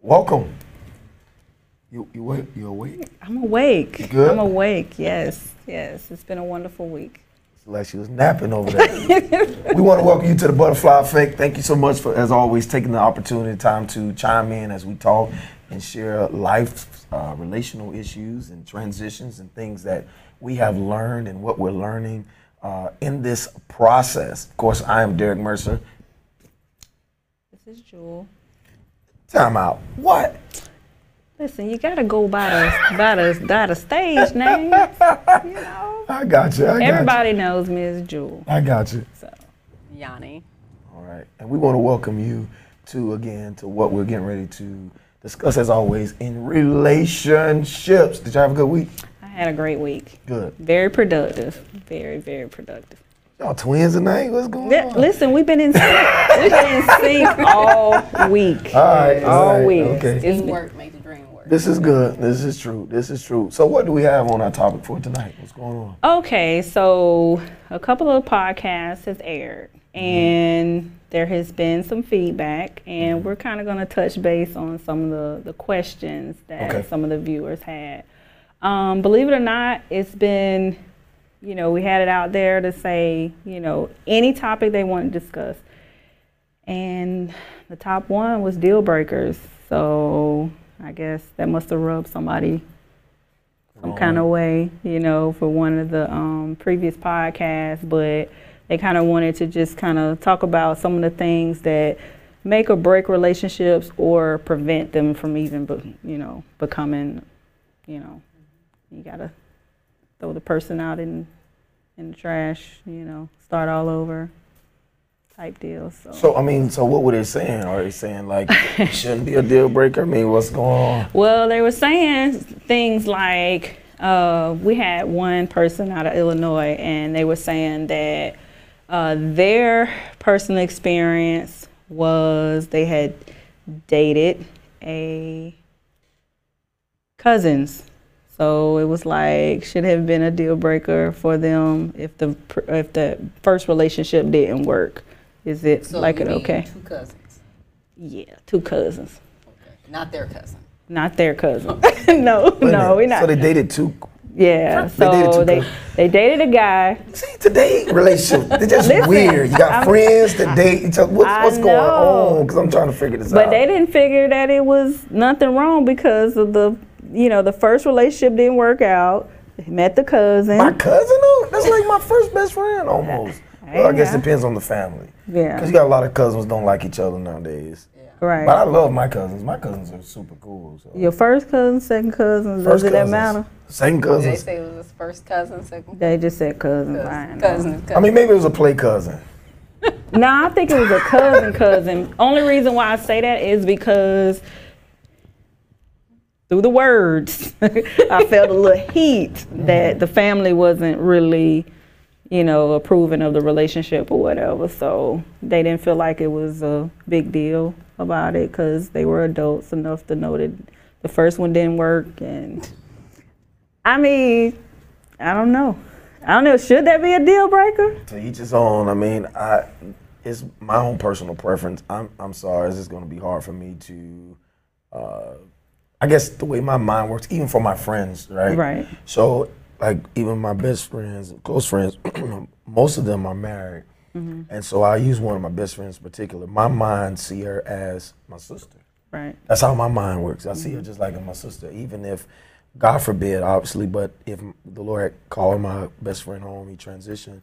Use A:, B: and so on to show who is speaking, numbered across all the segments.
A: Welcome. You you wa- you awake?
B: I'm awake.
A: You good?
B: I'm awake. Yes, yes. It's been a wonderful week.
A: Like she was napping over there. we want to welcome you to the Butterfly Effect. Thank you so much for, as always, taking the opportunity, time to chime in as we talk and share life, uh, relational issues and transitions and things that we have learned and what we're learning uh, in this process. Of course, I am Derek Mercer.
B: This is Jewel.
A: Time out. What?
B: Listen, you gotta go by the by the, by the stage name. You know,
A: I got you. I got
B: everybody knows me as Jewel.
A: you. I got you.
B: So, Yanni.
A: All right. And we want to welcome you to again to what we're getting ready to discuss as always in relationships. Did y'all have a good week?
B: I had a great week.
A: Good.
B: Very productive. Very very productive.
A: Y'all twins tonight? What's going
B: Yeah,
A: on?
B: listen, we've been in sync. we've been in sync all week.
A: All right.
B: all
A: all right,
B: week.
A: Okay.
B: It's been-
C: Teamwork make the dream work.
A: This is good. This is true. This is true. So what do we have on our topic for tonight? What's going on?
B: Okay, so a couple of podcasts has aired, and there has been some feedback, and we're kind of going to touch base on some of the, the questions that
A: Okay.
B: some of the viewers had. Um, believe it or not, it's been, you know, we had it out there to say, you know, any topic they want to discuss, and the top one was deal breakers. So I guess that must have rubbed somebody some kind of way, you know, for one of the um, previous podcasts, but they kind of wanted to just kind of talk about some of the things that make or break relationships or prevent them from even, be, you know, becoming, you know, you gotta throw the person out in in the trash, you know, start all over type deal. So.
A: So I mean, so what were they saying? Are they saying like it shouldn't be a deal breaker? I mean, what's going on?
B: Well, they were saying things like uh, we had one person out of Illinois, and they were saying that uh, their personal experience was they had dated a cousins. So it was like should have been a deal breaker for them if the pr- if the first relationship didn't work. Is it
C: So
B: like
C: you
B: it
C: mean
B: okay?
C: Two cousins.
B: Yeah, two cousins,
C: Okay. Not their cousin.
B: not their cousin. no,
A: Wait a
B: no,
A: minute.
B: we're not.
A: So they dated two.
B: Yeah,
A: They dated
B: so
A: two
B: they
A: girls.
B: they dated a guy.
A: See, today relationship they're just
B: Listen,
A: weird. You got
B: I'm-
A: friends that date each other. What's,
B: I
A: what's going
B: know.
A: on? Because I'm trying to figure this out.
B: But they didn't figure that it was nothing wrong because of the you know the first relationship didn't work out. They met the cousin.
A: My cousin? though? That's like my first best friend almost. Well, I guess it
B: Yeah.
A: depends on the family.
B: Yeah.
A: Because you got a lot of cousins don't like each other nowadays.
B: right.
A: But I love my cousins. My cousins are super cool. So.
B: Your first cousin, second cousins,
A: First
B: does it
A: cousins.
B: that matter?
A: Same
C: They
A: cousins.
C: say it was his first cousin, second
B: They just said cousins. I
C: cousin,
B: know.
C: cousin, is cousin.
A: I mean, maybe it was a play cousin.
B: No, I think it was a cousin cousin. Only reason why I say that is because through the words, I felt a little heat that the family wasn't really, you know, approving of the relationship or whatever. So they didn't feel like it was a big deal about it because they were adults enough to know that the first one didn't work. And I mean, I don't know. I don't know. Should that be a deal breaker?
A: To each his own. I mean, I it's my own personal preference. I'm I'm sorry. This is going to be hard for me to. Uh, I guess the way my mind works, even for my friends, right?
B: Right.
A: So, like, even my best friends, close friends, most of them are married, and so I use one of my best friends in particular. My mind see her as my sister.
B: Right.
A: That's how my mind works. I see her just like my sister, even if, God forbid, obviously, but if the Lord had called my best friend home, he transitioned,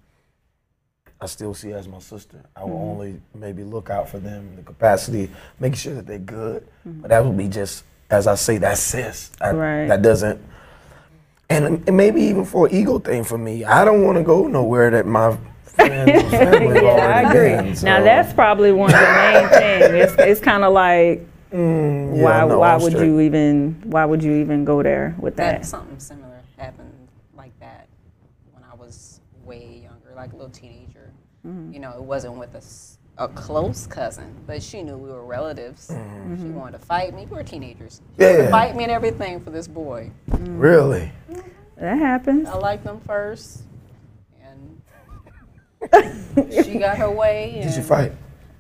A: I still see her as my sister. I will
B: Mm-hmm.
A: only maybe look out for them in the capacity, making sure that they're good. But that would be just, as I say, that's sis. I-
B: Right.
A: That doesn't, and, and maybe even for an ego thing for me, I don't want to go nowhere that my friends and family have
B: Yeah, I
A: already
B: agree.
A: been,
B: Now
A: so-
B: that's probably one of the main things. It's, it's kind of like
A: Mm, yeah,
B: why
A: no,
B: why
A: I'm
B: would
A: straight.
B: you even why would you even go there with
C: that
B: that?
C: something similar happened like that when I was way younger, like a little teenager.
B: Mm-hmm.
C: You know, it wasn't with a, s- a close cousin, but she knew we were relatives.
B: Mm-hmm.
C: She wanted to fight me. We were teenagers. She wanted
A: Mm-hmm. Yeah.
C: to fight me and everything for this boy.
A: Really?
B: That happens.
C: I liked them first, and she got her way.
A: Did you
C: and-
A: fight?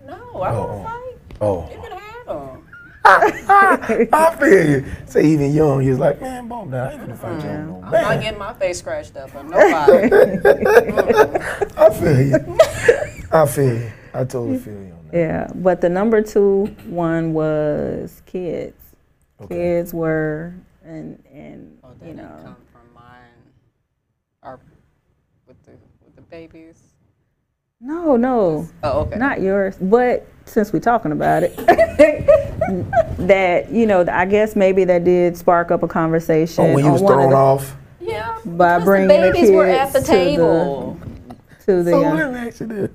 C: No, I don't
A: Oh.
C: fight.
A: Oh.
C: You can have them.
A: I feel you. Say even young, he was like, man, bum down. I ain't gonna fight you no
C: I'm
A: man.
C: not getting my face scratched up on nobody. Oh,
A: I feel you. I feel you. I totally feel you on that.
B: Yeah, but the number two one was kids.
A: Okay.
B: Kids were and and
C: oh,
B: you
C: that didn't
B: know
C: come from mine. Or with the with the babies.
B: no no
C: Oh, okay.
B: not yours but since we're talking about it that you know I guess maybe that did spark up a conversation
A: Oh, when you
B: on
A: was
B: one of
A: thrown
B: the,
A: off.
C: yeah.
B: by
C: because
B: bringing
C: the
B: the
C: babies were at
B: kids
C: the
B: to the-
C: table.
B: to the
A: So
B: young-
A: let me ask you this.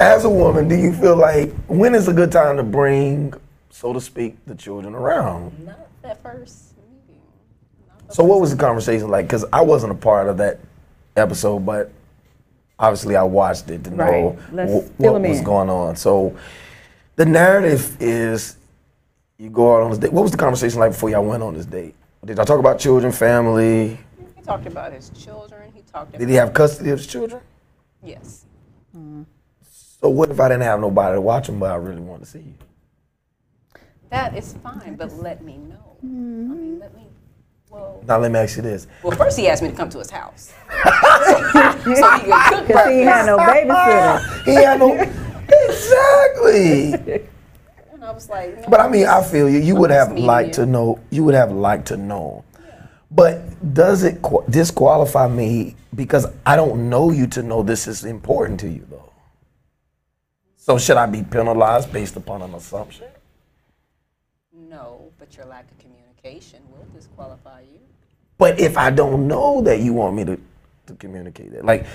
A: As a woman, do you feel like when is a good time to bring, so to speak, the children around?
C: Not that first meeting.
A: So what was the conversation like? Because I wasn't a part of that episode, but obviously I watched it to know
B: Right. Let's
A: wh-
B: fill
A: what
B: 'em
A: was
B: in.
A: going on. So the narrative is you go out on this date. What was the conversation like before y'all went on this date? Did y'all talk about children, family?
C: He talked about his children. He talked about
A: Did he have custody of his children?
C: yes.
A: So what if I didn't have nobody to watch them, but I really wanted to see you?
C: That is fine, but let me know. I
B: Mm-hmm.
C: mean, let me. Well,
A: Now let me ask you this.
C: well, first he asked me to come to his house, so, he could cook
B: Cause he had no babysitter.
A: He had no exactly.
C: And I was like, no,
A: But I mean, I feel you. You would have
C: Media.
A: liked to know. You would have liked to know. But does it qu- disqualify me because I don't know you to know this is important to you though? So should I be penalized based upon an assumption?
C: no, but your lack of communication will disqualify you.
A: But if I don't know that you want me to, to communicate it, like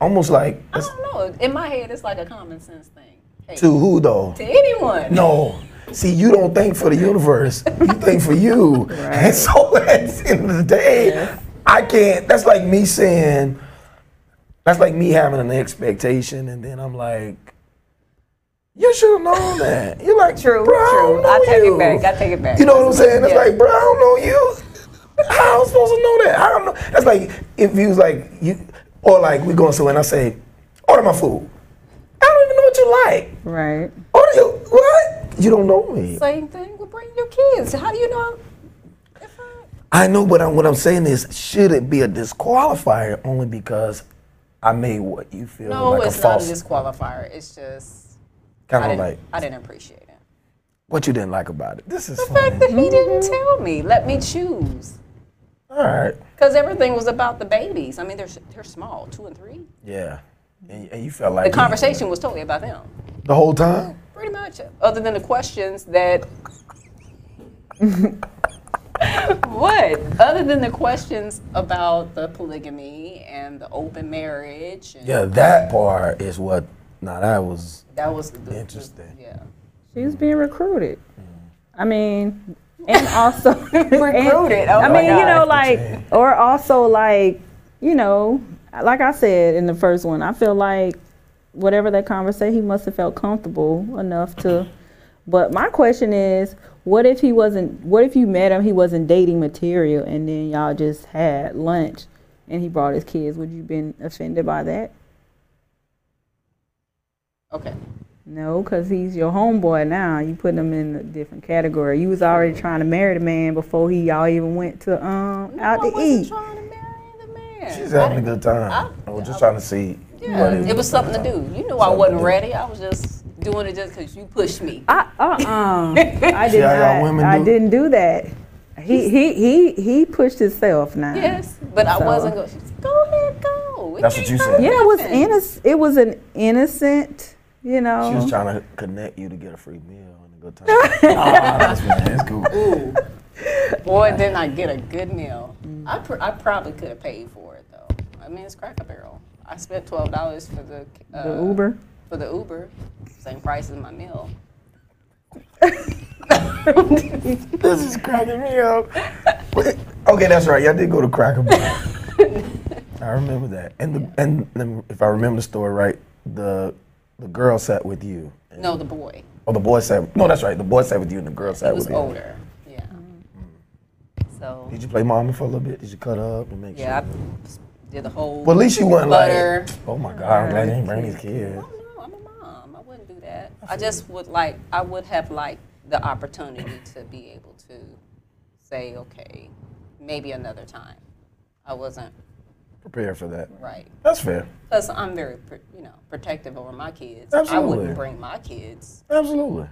A: almost like
C: I don't know. In my head, it's like a common sense thing. Hey,
A: to who though?
C: to anyone.
A: No. See, you don't think for the universe. You think for you. And so at the end of the day, I can't. That's like me saying, that's like me having an expectation, and then I'm like, you should have known that. You're like,
C: True,
A: bro, I
C: true.
A: don't know
C: I take it
A: you.
C: back. I take it back.
A: You know what I'm saying? It's
C: Yeah.
A: like, bro, I don't know you. How am I supposed to know that? I don't know. That's like if you was like you, or like we going somewhere and I say, order my food. I don't even know what you like.
B: Right.
A: Oh, you, what? You don't know me.
C: Same thing. Well, bring your kids. How do you know? If I,
A: I know, but I'm, what I'm saying is, should it be a disqualifier only because I made what you feel
C: no,
A: like a
C: it's not a
A: false,
C: disqualifier. It's just I
A: kind of
C: didn't.
A: like
C: I didn't appreciate it.
A: what you didn't like about it? This is
C: The fact
A: funny.
C: that he didn't tell me, let me choose.
A: All right.
C: Because everything was about the babies. I mean, they're, they're small, two and three.
A: Yeah. And, and you felt like
C: The
A: you-
C: conversation was totally about them,
A: the whole time.
C: pretty much, other than the questions that. what? Other than the questions about the polygamy and the open marriage. And
A: Yeah, that part is what. Now that was
C: That was the,
A: Interesting.
C: yeah.
B: She was being recruited. I mean, and also recruited.
C: Oh
B: I
C: my
B: mean, you know,
C: God.
B: like, or also like, you know, like I said in the first one, I feel like whatever that conversation, he must have felt comfortable enough to. But my question is, what if he wasn't? What if you met him, he wasn't dating material, and then y'all just had lunch, and he brought his kids? Would you been offended by that?
C: Okay.
B: No, because he's your homeboy now. You putting him in a different category. You was already trying to marry the man before he y'all even went to um out
C: I
B: to
C: wasn't
B: eat.
C: trying to marry the man.
A: she's
C: I
A: having a good time. I,
C: I-
A: was just
C: I-
A: trying to see. what
C: Yeah, it was something to do. You knew I
A: Something
C: wasn't
A: to do.
C: ready. I was just doing it just because you pushed me.
B: I uh uh I did
A: See how y'all
B: not.
A: women
B: I
A: do?
B: didn't do that. He he he he pushed himself now.
C: Yes, but I
B: So-
C: wasn't going. Go ahead, go. It
A: That's what you
C: can't hurt
A: said.
B: Yeah, it was
C: nothing."
B: innocent. It was an innocent. You know.
A: She was trying to connect you to get a free meal and a good time. nah, that's, that's cool.
C: Ooh. Boy, didn't I get a good meal. I, pr- I probably could have paid for it though. I mean, it's Cracker Barrel. I spent twelve dollars for the, uh,
B: the Uber.
C: for the Uber, same price as my meal.
A: This is cracking me up. Wait, okay, that's right. Y'all did go to Cracker Barrel. I remember that. And the, and the, if I remember the story right, the the girl sat with you.
C: No, the boy.
A: Oh, the boy sat. No, that's right. The boy sat with you, and the girl
C: He
A: sat
C: was
A: with you.
C: older. Yeah. So
A: Did you play mommy for a little bit? Did you cut up and make
C: yeah, I
A: sure?
C: did the whole.
A: Well, at least you wasn't
C: butter.
A: like. Oh my God! I'm
C: Oh,
A: glad you didn't bring these kids.
C: No, I'm a mom. I wouldn't do that. I just would like. I would have liked the opportunity to be able to say, okay, maybe another time. I wasn't
A: Prepare for that.
C: right.
A: That's fair.
C: Plus, I'm very, pr- you know, protective over my kids. I
A: Absolutely.
C: wouldn't bring my kids.
A: Absolutely.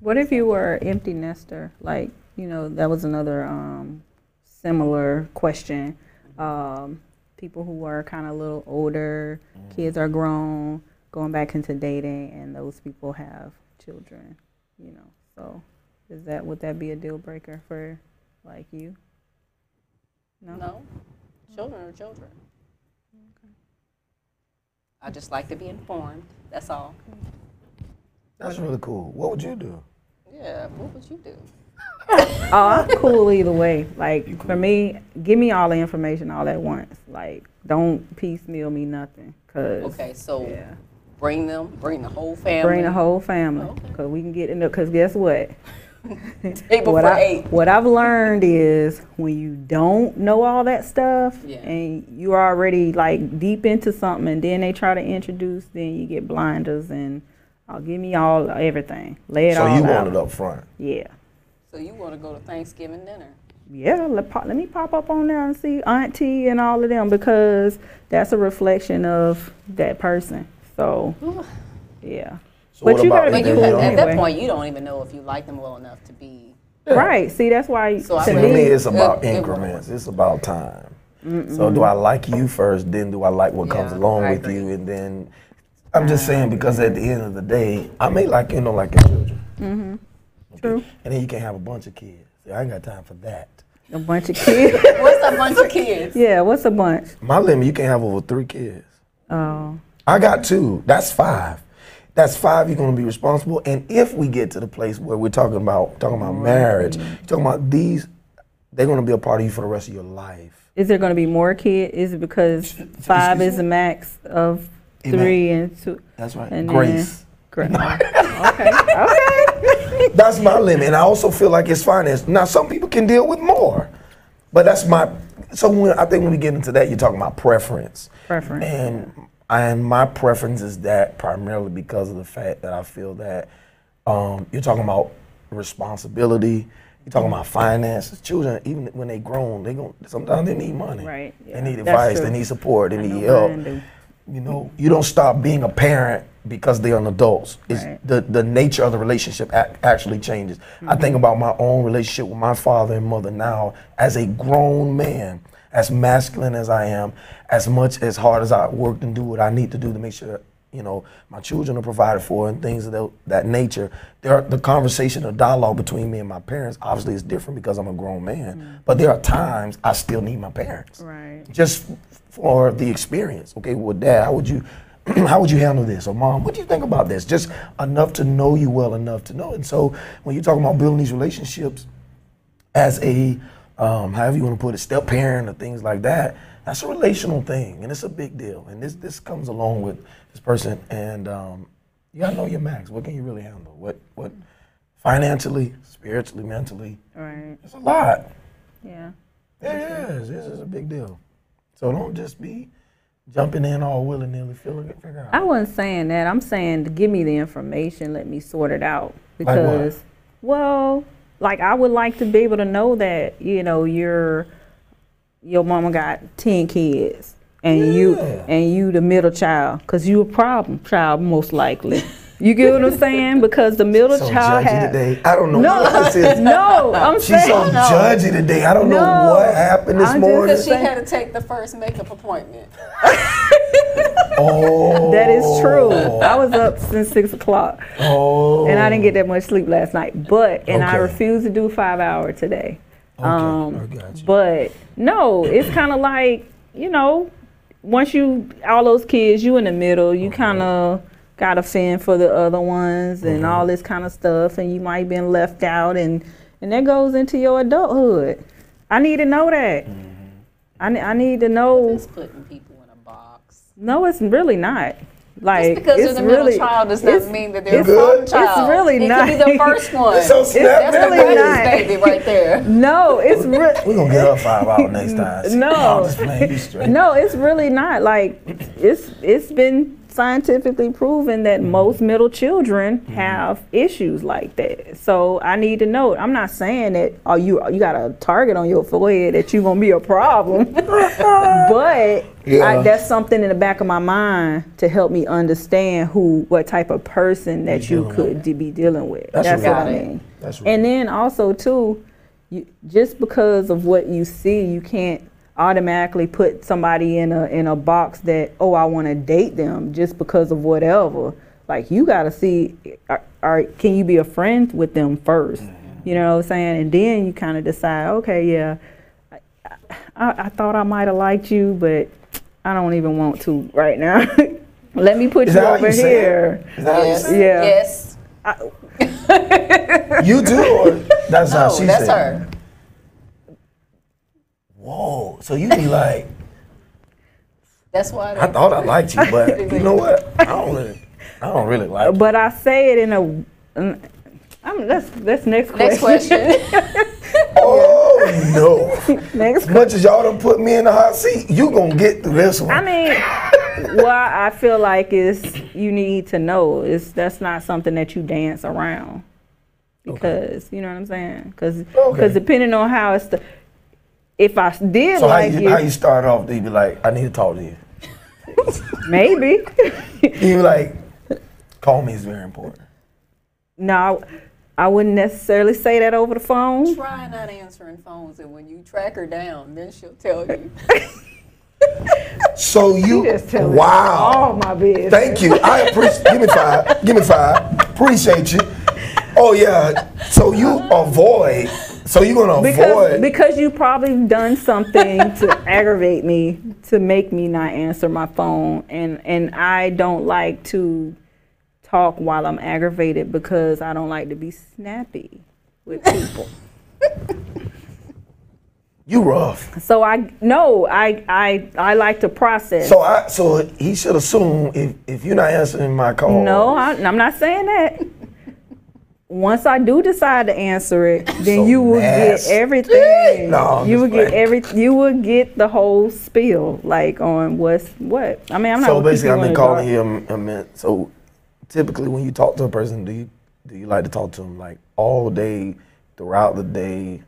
B: What if you were empty nester? Like, you know, that was another um, similar question. Um, people who are kind of a little older, kids are grown, going back into dating, and those people have children, you know. So, is that would that be a deal breaker for like you?
C: No, children are children. I just like to be informed. That's all.
A: That's really cool. What would you do?
C: Yeah. What would you do?
B: Oh, I'm cool either way. Like for me, give me all the information all at once. Like, don't piecemeal me nothing. Cause
C: Okay, so
B: yeah.
C: bring them, bring the whole family.
B: Bring the whole family,
C: Okay.
B: cause we can get into. Cause guess what?
C: table
B: what
C: for
B: I
C: eight.
B: what I've learned is when you don't know all that stuff,
C: Yeah.
B: and you're already like deep into something, and then they try to introduce, then you get blinders and. Oh, give me all everything. Lay it
A: so
B: all
A: you
B: out.
A: want it up front.
B: Yeah,
C: So you want to go to Thanksgiving dinner?
B: yeah. Let, pop, let me pop up on there and see Auntie and all of them because that's a reflection of that person. So, yeah.
A: So
B: But
A: what
B: you
A: about
B: gotta
A: if
C: But
A: they
C: you,
B: do
A: don't?
B: it
C: at that
B: anyway.
C: point, you don't even know if you like them well enough to be.
B: Right. See, that's why.
C: So I
B: to
A: To
C: think-
B: me-
A: me, it's about
C: It- it-
A: increments. It's about time. So do I like you first? Then do I like what comes
C: Yeah,
A: along
C: I
A: with
C: agree.
A: you? And then I'm just saying because at the end of the day, I may like you, don't like your children.
C: Mm-hmm.
A: Okay?
B: True.
A: And then you can have a bunch of kids. See, I ain't got time for that.
B: A bunch of kids.
C: What's a bunch of kids?
B: yeah, what's a bunch?
A: My limit, you can't have over three kids.
B: Oh,
A: I got two. That's five. That's five. You're going to be responsible. And if we get to the place where we're talking about talking about marriage, talking about these, they're going to be a part of you for the rest of your life.
B: is there going to be more kids? Is it because five is the max of
A: Amen.
B: three and two?
A: That's right.
B: And
A: Grace.
B: Correct. okay. Okay.
A: That's my limit. And I also feel like it's finance. Now, some people can deal with more, but that's my. So when, I think when we get into that, you're talking about preference.
B: Preference,
A: And and my preference is that primarily because of the fact that I feel that um, you're talking about responsibility. You're talking about finances. Children, even when they grown, they gon' sometimes they need money.
B: Right, yeah.
A: They need
B: That's
A: advice.
B: true.
A: They need support. They
B: know
A: need help.
B: mine do.
A: You know, you don't stop being a parent because they're an adult. It's
B: Right.
A: the, the nature of the relationship ac actually changes. I think about my own relationship with my father and mother now as a grown man, as masculine as I am, as much as hard as I worked and do what I need to do to make sure that, you know, my children are provided for and things of tho- that nature. There are, the conversation or dialogue between me and my parents obviously is different because I'm a grown man. But there are times I still need my parents
B: right.
A: just for the experience. Okay, well, Dad, how would you, how would you handle this? Or Mom, what do you think about this? Just enough to know you well enough to know. And so, when you're talking about building these relationships as a, um, however you want to put it, step parent or things like that, that's a relational thing, and it's a big deal. And this this comes along with this person, and um, you gotta know your max. What can you really handle? What what financially, spiritually, mentally?
B: Right.
A: It's a lot.
B: Yeah.
A: Yeah, it is. This is a big deal. So don't just be jumping in all willy nilly, feeling it, figure out.
B: I wasn't saying that. I'm saying to give me the information, let me sort it out.
A: what?
B: Because, well, like I would like to be able to know that you know your your mama got ten kids and you
A: Yeah.
B: and you the middle child because you a problem child most likely. You get what I'm saying? Because the middle
A: So
B: child
A: judgy
B: has
A: today. I don't know
B: No.
A: what this is.
B: no. I'm
A: She's
B: saying
A: so judgy today. I don't know
B: No.
A: what happened this
B: I'm just-
A: morning.
C: Because she had to take the first makeup appointment.
A: oh,
B: that is true. I was up since six o'clock.
A: Oh,
B: and I didn't get that much sleep last night. But and I
A: Okay.
B: refuse to do five hour today.
A: Oh. Okay,
B: um,
A: I got you.
B: But no, it's kind of like you know, once you all those kids, you in the middle, you kind of got to fend for the other ones and
A: Uh-huh.
B: all this kind of stuff, and you might been left out, and and that goes into your adulthood. I need to know that.
A: Mm-hmm.
B: I, ne- I need to know.
C: It's putting people in a box.
B: No, it's really not. Like
C: Just because
B: it's
C: they're the middle
B: really,
C: child does
B: it's-
C: not mean that they're a
B: it's-
C: problem
A: it's
C: child.
B: really
C: it
B: not.
C: could be the first one.
A: It's so snap
C: That's
A: back.
B: really
C: the
B: not.
C: greatest baby right there.
B: No, it's really.
A: We're gonna get her five out next time. See,
B: No.
A: I'm just playing you straight.
B: No, it's really not. Like it's it's been scientifically proven that most middle children have issues like that. So I need to know. I'm not saying that oh you you got a target on your forehead that you're gonna be a problem, but
A: Yeah.
B: I, that's something in the back of my mind to help me understand who what type of person that you could de- be dealing with.
A: That's
B: That's,
A: real.
B: what I
C: Got it.
B: mean.
A: That's real.
B: and then also too, you, just because of what you see, you can't automatically put somebody in a in a box that oh I want to date them just because of whatever. Like you got to see, are, are can you be a friend with them 1st
A: Mm-hmm.
B: You know what I'm saying? And then you kind of decide, okay, yeah, I, I thought I might have liked you, but I don't even want to right now. Let me put
A: Is
B: you
A: that how
B: over
A: you say it?
B: here.
A: Is that how you
C: Yes.
A: say
B: Yeah.
C: Yes. Oh,
A: it? You do, or that's how
C: No,
A: she
C: that's
A: said it?
C: her.
A: Whoa. So you be like,
C: That's why.
A: I thought I liked you, but you know what? I don't really, I don't really like you.
B: But I say it in a. mm, I'm, that's that's next question.
C: Next question.
A: Oh, no.
B: Next
A: As much as y'all done put me in the hot seat, you gonna get through this one.
B: I mean, what I feel like is you need to know is that's not something that you dance around because you know what I'm saying. Because
A: Okay.
B: depending on how it's the, if I did
A: so
B: like
A: how, you,
B: you,
A: how you start off? Do you be like, I need to talk to you?
B: maybe.
A: You be like, call me is very important.
B: no, I, I wouldn't necessarily say that over the phone.
C: Try not answering phones, and when you track her down, then she'll tell you.
A: So you,
B: Just telling
A: wow.
B: all my business.
A: Thank you. I appreciate. give me five. Give me five. Appreciate you. Oh yeah. So you avoid. So you gonna
B: because
A: avoid.
B: because you probably done something to aggravate me to make me not answer my phone and and I don't like to talk while I'm aggravated because I don't like to be snappy with people.
A: you rough.
B: so I no, I I I like to process.
A: So I. So he should assume if if you're not answering my call.
B: no, I, I'm not saying that. Once I do decide to answer it, then
A: So
B: you will
A: nasty.
B: get everything.
A: No, I'm
B: you
A: just
B: will get
A: playing.
B: every. You will get the whole spiel, like on what's what. I mean, I'm not.
A: So
B: gonna keep
A: basically,
B: you
A: I've
B: in
A: been
B: the
A: calling
B: dark.
A: him. I meant so. Typically, when you talk to a person, do you do you like to talk to them like all day throughout the day?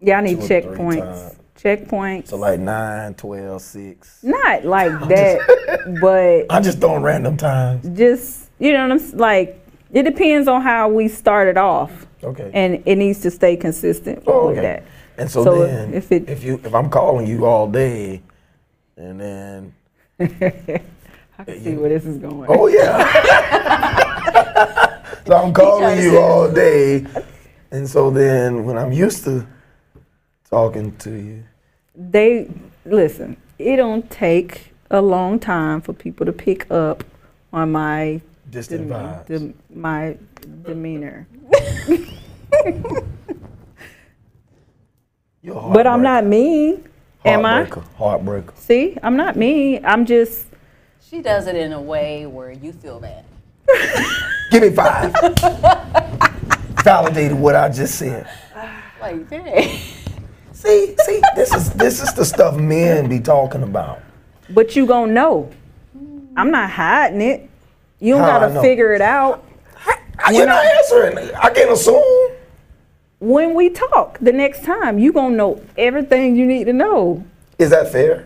B: Yeah, I need
A: two or three
B: checkpoints.
A: times.
B: Checkpoints.
A: So like 9, 12, 6.
B: not like that, but
A: I just throwing random times.
B: just you know what I'm s- like. It depends on how we started off,
A: Okay.
B: and it needs to stay consistent
A: Oh,
B: with
A: okay.
B: that.
A: And so,
B: So if-
A: then, if,
B: if it-
A: you if I'm calling you all day, and then
B: I can see where this is going.
A: oh yeah, so I'm calling
C: trying to
A: you
C: say-
A: all day, and so then when I'm used to talking to you,
B: they listen it don't take a long time for people to pick up on my
A: distant
B: dem-
A: vibes.
B: dem- my demeanor
A: You're a
B: but i'm not
A: heartbreaker.
B: mean am i
A: Heartbreaker. Heartbreaker.
B: see i'm not mean i'm just
C: She does it in a way where you feel bad.
A: Give me five. Validated what I just said.
C: Like, dang.
A: See, see, this is this is the stuff men be talking about.
B: but you gonna know i'm not hiding it you don't
A: How I know?
B: gotta figure it out
A: You're not answering. I can't assume.
B: when we talk the next time you gonna know everything you need to know
A: Is that fair?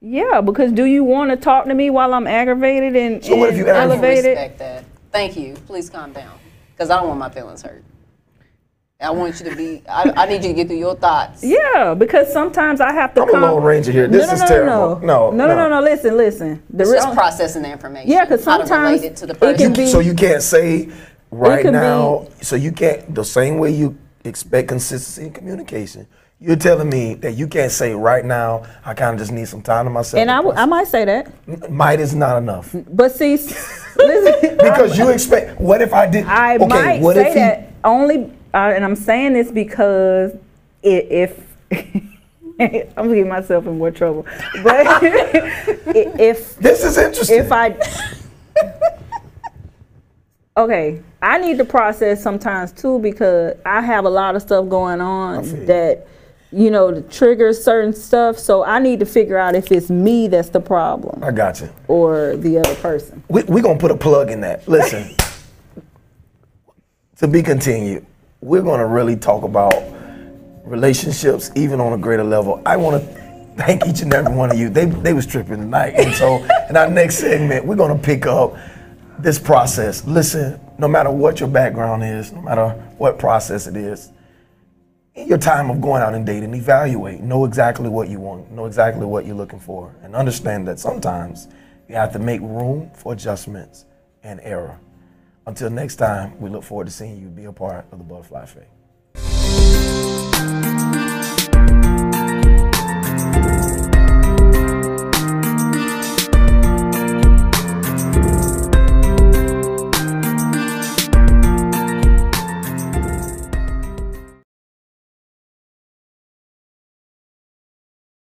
B: yeah because do you want to talk to me while i'm aggravated and,
A: So what if
B: and
A: you aggravated?
B: elevated
C: Respect that. Thank you. Please calm down, because I don't want my feelings hurt. I want you to be. I, I need you to get through your thouts.
B: Yeah, because sometimes I have to.
A: I'm a
B: calm-
A: Lone Ranger here. This
B: no, no,
A: is
B: no,
A: terrible.
B: No,
A: No,
B: no,
A: no.
B: no, no, no. Listen, listen. The
C: It's just
B: real-
C: processing the information.
B: Yeah, 'cause
C: how to relate
B: sometimes
C: it to the
B: it can
C: person.
B: be-
A: So you can't say right
B: could be-
A: now. so you can't the same way you expect consistency in communication. You're telling me that you can't say right now. I kind of just need some time to myself.
B: and I,
A: to
B: w- I might say that,
A: process." might is not enough
B: but see, s- listen.
A: because you expect. What if I did?
B: I
A: okay,
B: might
A: what
B: say
A: if he,
B: that only, uh, and I'm saying this because i if I'm getting myself in more trouble, but i- if
A: This is interesting.
B: if I okay, I need to process sometimes too because I have a lot of stuff going
A: feel you.
B: on that
D: you know, to trigger certain stuff. So I need to figure out if it's me that's the problem
A: I got you.
D: or the other person.
A: We're we going to put a plug in that. Listen, to be continued, we're going to really talk about relationships even on a greater level. I want to thank each and every one of you. They, they was tripping tonight. And so in our next segment, we're going to pick up this process. Listen, no matter what your background is, no matter what process it is, in your time of going out and dating, evaluate, know exactly what you want, know exactly what you're looking for, and understand that sometimes you have to make room for adjustments and error. Until next time, we look forward to seeing you be a part of the Butterfly Effect.